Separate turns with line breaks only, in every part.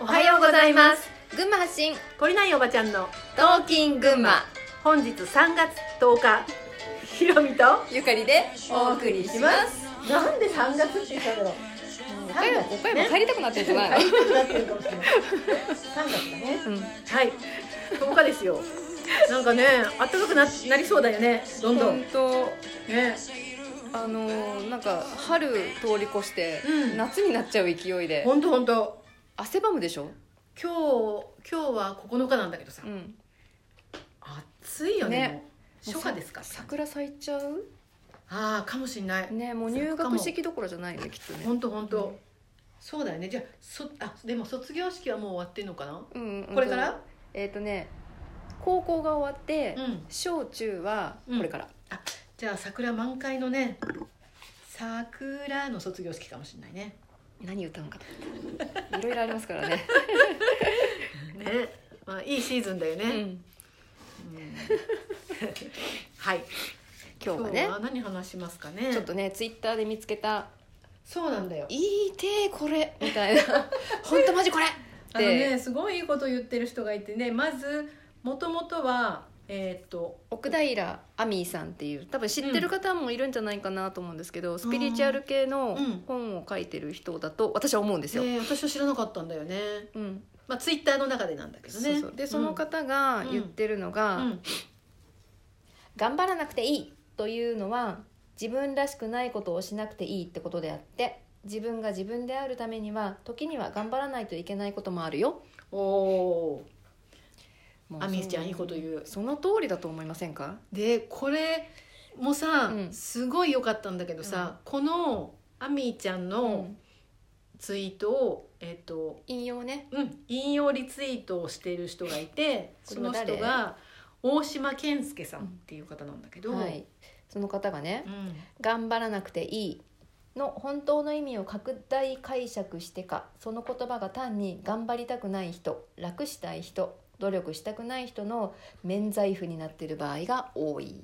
おはようございます
群馬発信
懲りないおばちゃんの
トーキン群馬
本日3月10日ひろみと
ゆかりでお送りします
なんで3月って言ったんだろう
岡山岡山帰りたくなってるんじゃない、
帰りたくなってるかもしれない3月だね
うん、
はい10日ですよなんかね暖かくななりそうだよねどんどん
本当
ね
あのーなんか春通り越して、
うん
夏になっちゃう勢いで
ほんとほんと
汗ばむでしょ、
今日今日は9日なんだけどさ
うん、
暑いよね
ね
もう初夏ですか
もうさ桜咲いちゃう
ああかもしんない
ねもう入学式どころじゃないねきっとね
本当本当、
うん
そうだよねじゃあそあでも卒業式はもう終わってんのかな
うんうん
これから
えっ、とね高校が終わって、
うん
小中はこれから、
じゃあ桜満開のね桜の卒業式かもしれないね
何歌うんかといろいろありますから ね、
ねまあいいシーズンだよね、
う
うん
ん、
はい
今日はね
今日は何話しますかね
ちょっとねツイッターで見つけた
そうなんだよ
「いいてこれ」みたいな 「ほんとマジこれ!」っ
あの
て、
ねすごいいいこと言ってる人がいてねまずもともとはえーっと
奥平アミーさんっていう多分知ってる方もいるんじゃないかなと思うんですけど、スピリチュアル系の
うん
本を書いてる人だと私は思うんですよ。
ね私は知らなかったんだよね
うん
まあツイッターの中でなんだけど
そう
ね
そうでその方が言ってるのが、
うん
頑張らなくていいというのは自分らしくないことをしなくていいってことであって自分が自分であるためには時には頑張らないといけないこともあるよ
おお
もう
ーアミーちゃんいいこと言う
その通りだと思いませんか
でこれもさ、
うん
すごい良かったんだけどさ、このアミーちゃん
う
のツイートを、えっ、と
引用ね
うん引用リツイートをしてる人がいてそ
これ
の
は誰
人が大島健介さんっていう方なんだけど、
はいその方がね
うん
「頑張らなくていい」の本当の意味を拡大解釈してかその言葉が単に頑張りたくない人楽したい人努力したくない人の免罪符になっている場合が多い。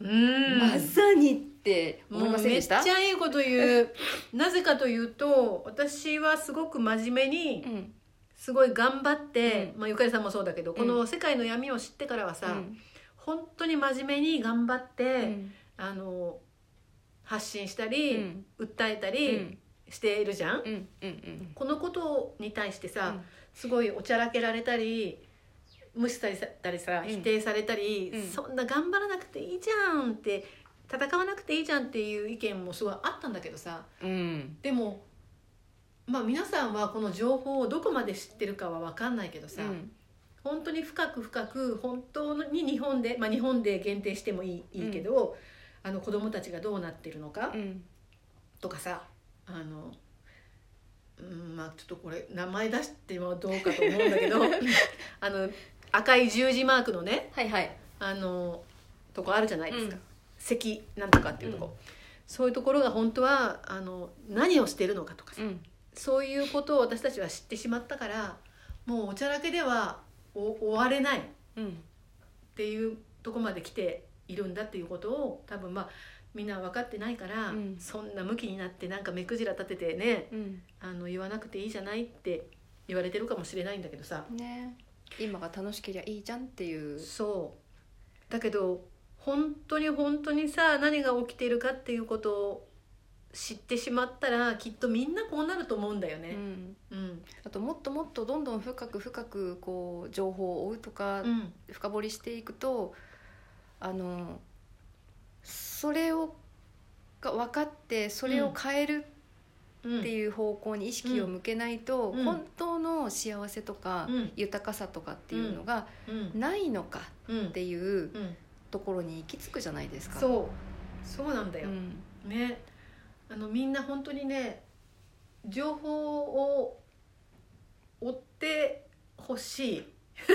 うん
まさにって
も
思
う
いません
め
で
っ
し
ち
た
ゃいいこと言う なぜかというと私はすごく真面目に
うん
すごい頑張って、
う
まあ、ゆかりさんもそうだけど、この世界の闇を知ってからはさ、
うん
本当に真面目に頑張って、
うん
あの発信したり、
うん
訴えた
う
り
ん
しているじゃん、
うんうん
このことに対してさ、
うん
すごいおちゃらけられたり無視されたりさ
うん
否定されたり、
うん
そんな頑張らなくていいじゃんって戦わなくていいじゃんっていう意見もすごいあったんだけどさ
うん
でもまあ皆さんはこの情報をどこまで知ってるかは分かんないけどさ、
うん
本当に深く深く本当に日本で、まあ、日本で限定してもいいいいけど、あの子供たちがどうなってるのか
うん
とかさあの、うん、まあちょっとこれ名前出してもどうかと思うんだ けどあの赤い十字マークのね
はいはい
あのとこあるじゃないですか、
うん
関なんとかっていうとこ、
うん
そういうところが本当はあの何をしてるのかとかさ、
うん
そういうことを私たちは知ってしまったからもうおちゃらけではお終われない。
うん
っていうとこまで来ているんだっていうことを多分まあみんな分かってないから、
うん
そんな向きになってなんか目くじら立ててね
うん
あの言わなくていいじゃないって言われてるかもしれないんだけどさ
ね今が楽しけりゃいいじゃんっていう
そうだけど本当に本当にさ何が起きてるかっていうことを知ってしまったらきっとみんなこうなると思うんだよ
う
ね。
ん
うん、
あともっともっとどんどん深く深くこう情報を追うとか
うん、
深掘りしていくとあのそれをが分かってそれを変える
うん、
っていう方向に意識を向けないと、
うん
本当の幸せとか、
うん
豊かさとかっていうのが
うん、
ないのか
うん、
っていう
うん、
ところに行き着くじゃないですか。う
そう、そうなんだよ。
ん
ねあのみんな本当にね情報を追ってほしい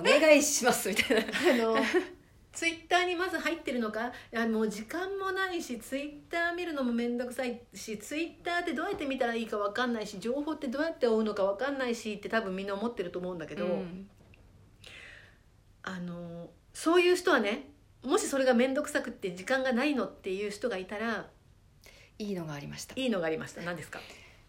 お願いしますみたいな。
あのツイッターにまず入ってるのかあもう時間もないしツイッター見るのも面倒くさいしツイッターってどうやって見たらいいか分かんないし情報ってどうやって追うのか分かんないしって多分みんな思ってると思うんだけど、
うん
あのそういう人はねもしそれが面倒くさくって時間がないのっていう人がいたら
いいのがありました。
いいのがありました何ですか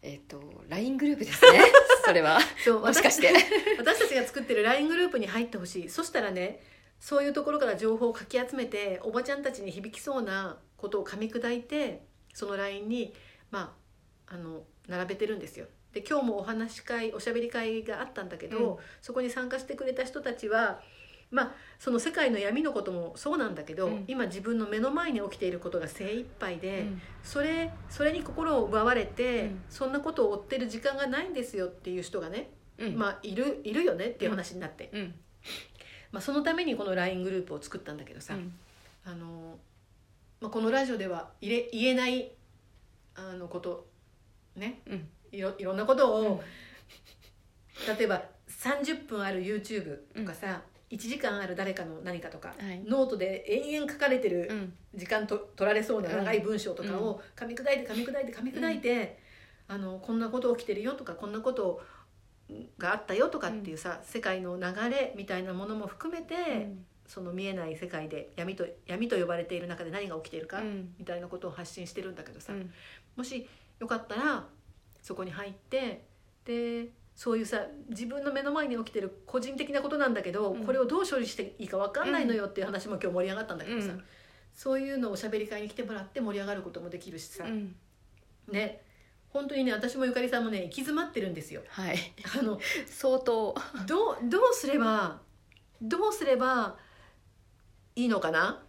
えっ、と LINE グループです ねそれは
そう
もしかして
私たちが作ってる LINE グループに入ってほしいそしたらねそういうところから情報をかき集めておばちゃんたちに響きそうなことを噛み砕いてその LINE にまああの並べてるんですよ。で今日もお話し会おしゃべり会があったんだけど、
うん
そこに参加してくれた人たちはまあその世界の闇のこともそうなんだけど、
うん
今自分の目の前に起きていることが精一杯で。
うん
それそれに心を奪われて、
うん
そんなことを追ってる時間がないんですよっていう人がね、
うん
まあいるいるよねっていう話になって、
うん
まあ、そのためにこの LINE グループを作ったんだけどさ、
うん
あのまあ、このラジオでは入れ言えないあのことね
うん
いろいろんなことを、
うん
例えば30分ある YouTube とかさ、1時間ある誰かの何かとか、
はい
ノートで延々書かれてる、
うん
時間と取られそうな長い文章とか
う
を噛み砕いて噛み砕いて噛み砕いて、あのこんなこと起きてるよとかこんなことがあったよとかっていうさ、世界の流れみたいなものも含めて、
うん
その見えない世界で闇と闇と呼ばれている中で何が起きているか、
うん
みたいなことを発信してるんだけどさ、
うん
もしよかったらそこに入ってでそういうさ自分の目の前に起きてる個人的なことなんだけど、
うん
これをどう処理していいか分かんないのよっていう話も今日盛り上がったんだけどさ、
うん
そういうのをおしゃべり会に来てもらって盛り上がることもできるしさ、
うん
ね本当にね私もゆかりさんもね行き詰まってるん ですよ。
はい
あの
相当
どうどうすればどうすればいいのかな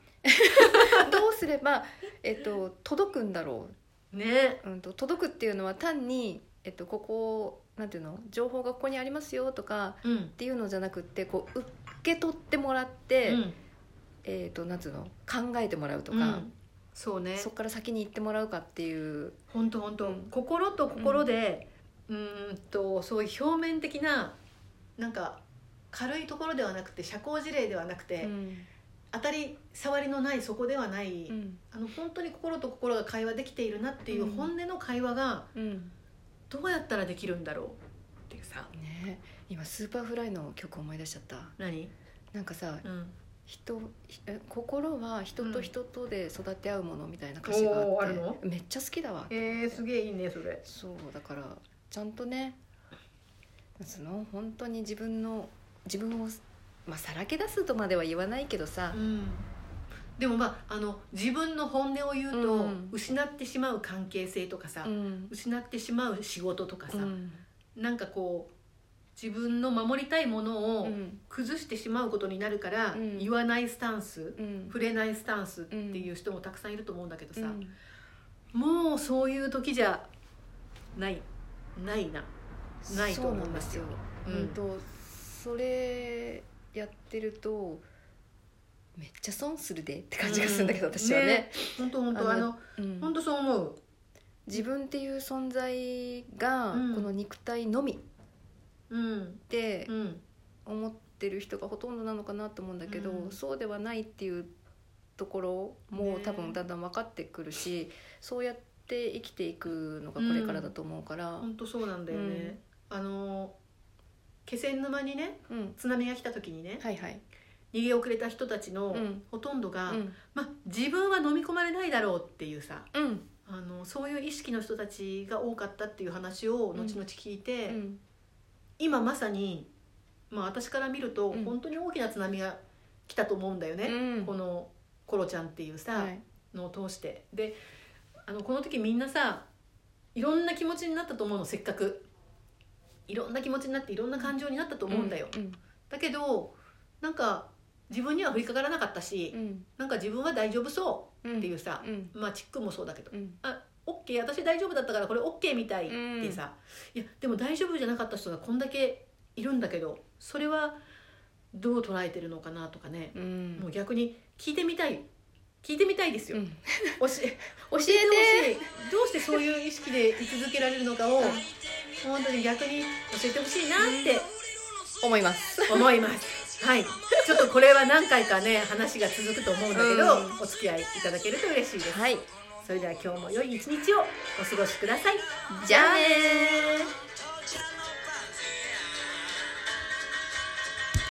どうすれば、えっと、届くんだろ
ね
う、うん、と届くっていうのは単に、えっと、ここなんていうの情報がここにありますよとか
うん
っていうのじゃなくってこう受け取ってもらって、
うん
えっとなんていうの考えてもらうとか、
うんそうね
そこから先に行ってもらうかっていう、
本当本当、
うん
心と心でうーんとそういう表面的ななんか軽いところではなくて社交辞令ではなくて、
うん
当たり障りのないそこではない、
うん
あの本当に心と心が会話できているなっていう
うん
本音の会話が
うん
どうやったらできるんだろうっていうさ
ね、今スーパーフライの曲思い出しちゃった
何、
なんかさ
うん、
人ひえ心は人
う
と
ん
人とで育て合うものみたいな歌詞が
おーあ
あって、
るの
めっちゃ好きだわ
えー、すげえいいねそれ
そうだからちゃんとねその本当に自分の自分を、まあ、さらけ出すとまでは言わないけどさ
う、んでもまああの自分の本音を言うと、
うん
失ってしまう関係性とかさ、
うん
失ってしまう仕事とかさ、
うん
なんかこう自分の守りたいもの
う
を
ん
崩してしまうことになるから、
うん
言わないスタンス、
うん
触れないスタンスっていう人もたくさんいると思うんだけどさ、
うん
もうそういう時じゃないないなないと
そう
思
な
うんで
んですす
よ
よ、
うん
うんとそれやってるとめっちゃ損するでって感じがするんだけど、
うん
私はね
ね本当本当あ
あ
の
のうん
本当そう思う
自分っていう存在が
うん
この肉体のみっ
うん
て
うん
思ってる人がほとんどなのかなと思うんだけど、
うん
そうではないっていうところも
ね
多分だんだん分かってくるし、そうやって生きていくのがこれからだと思うから、うん
本当そうなんだよね、あの気仙沼にね津波が来た時にね、
はいはい、
逃げ遅れた人たち
う
の
ん
ほとんど
う
が、
ん
まあ自分は飲み込まれないだろうっていうさ
うん
あのそういう意識の人たちが多かったっていう話を後々聞いて、
うん
今まさに、まあ、私から見ると
うん
本当に大きな津波が来たと思うんだよ
う
ね、
ん
このコロちゃんっていうさ、
はい
のを通してであのこの時みんなさいろんな気持ちになったと思うのせっかくいろんな気持ちになっていろんな感情になったと思うんだよ、
うん
だけどなんか自分には降りかからなかったし、
うん
なんか自分は大丈夫そ
うん
うっていうさ
う、ん
まあチックもそうだけど
うん
オッケー私大丈夫だったからこれオッケーみたいっ
うん
てさ、いやでも大丈夫じゃなかった人がこんだけいるんだけどそれはどう捉えてるのかなとかね、
うん
もう逆に聞いてみたい聞いてみたいですよ、
うん
教え
教
教えて
えて
ほしいどうしてそういう意識で居続けられるのかを
ん
本当に逆に教えてほしいなって
思います
思います。はい、ちょっとこれは何回かね話が続くと思うんだけど、
うん
お付き合いいただけると嬉しいです。
はい
それでは今日も良い一日をお過ごしください。
じゃあね
じゃあねー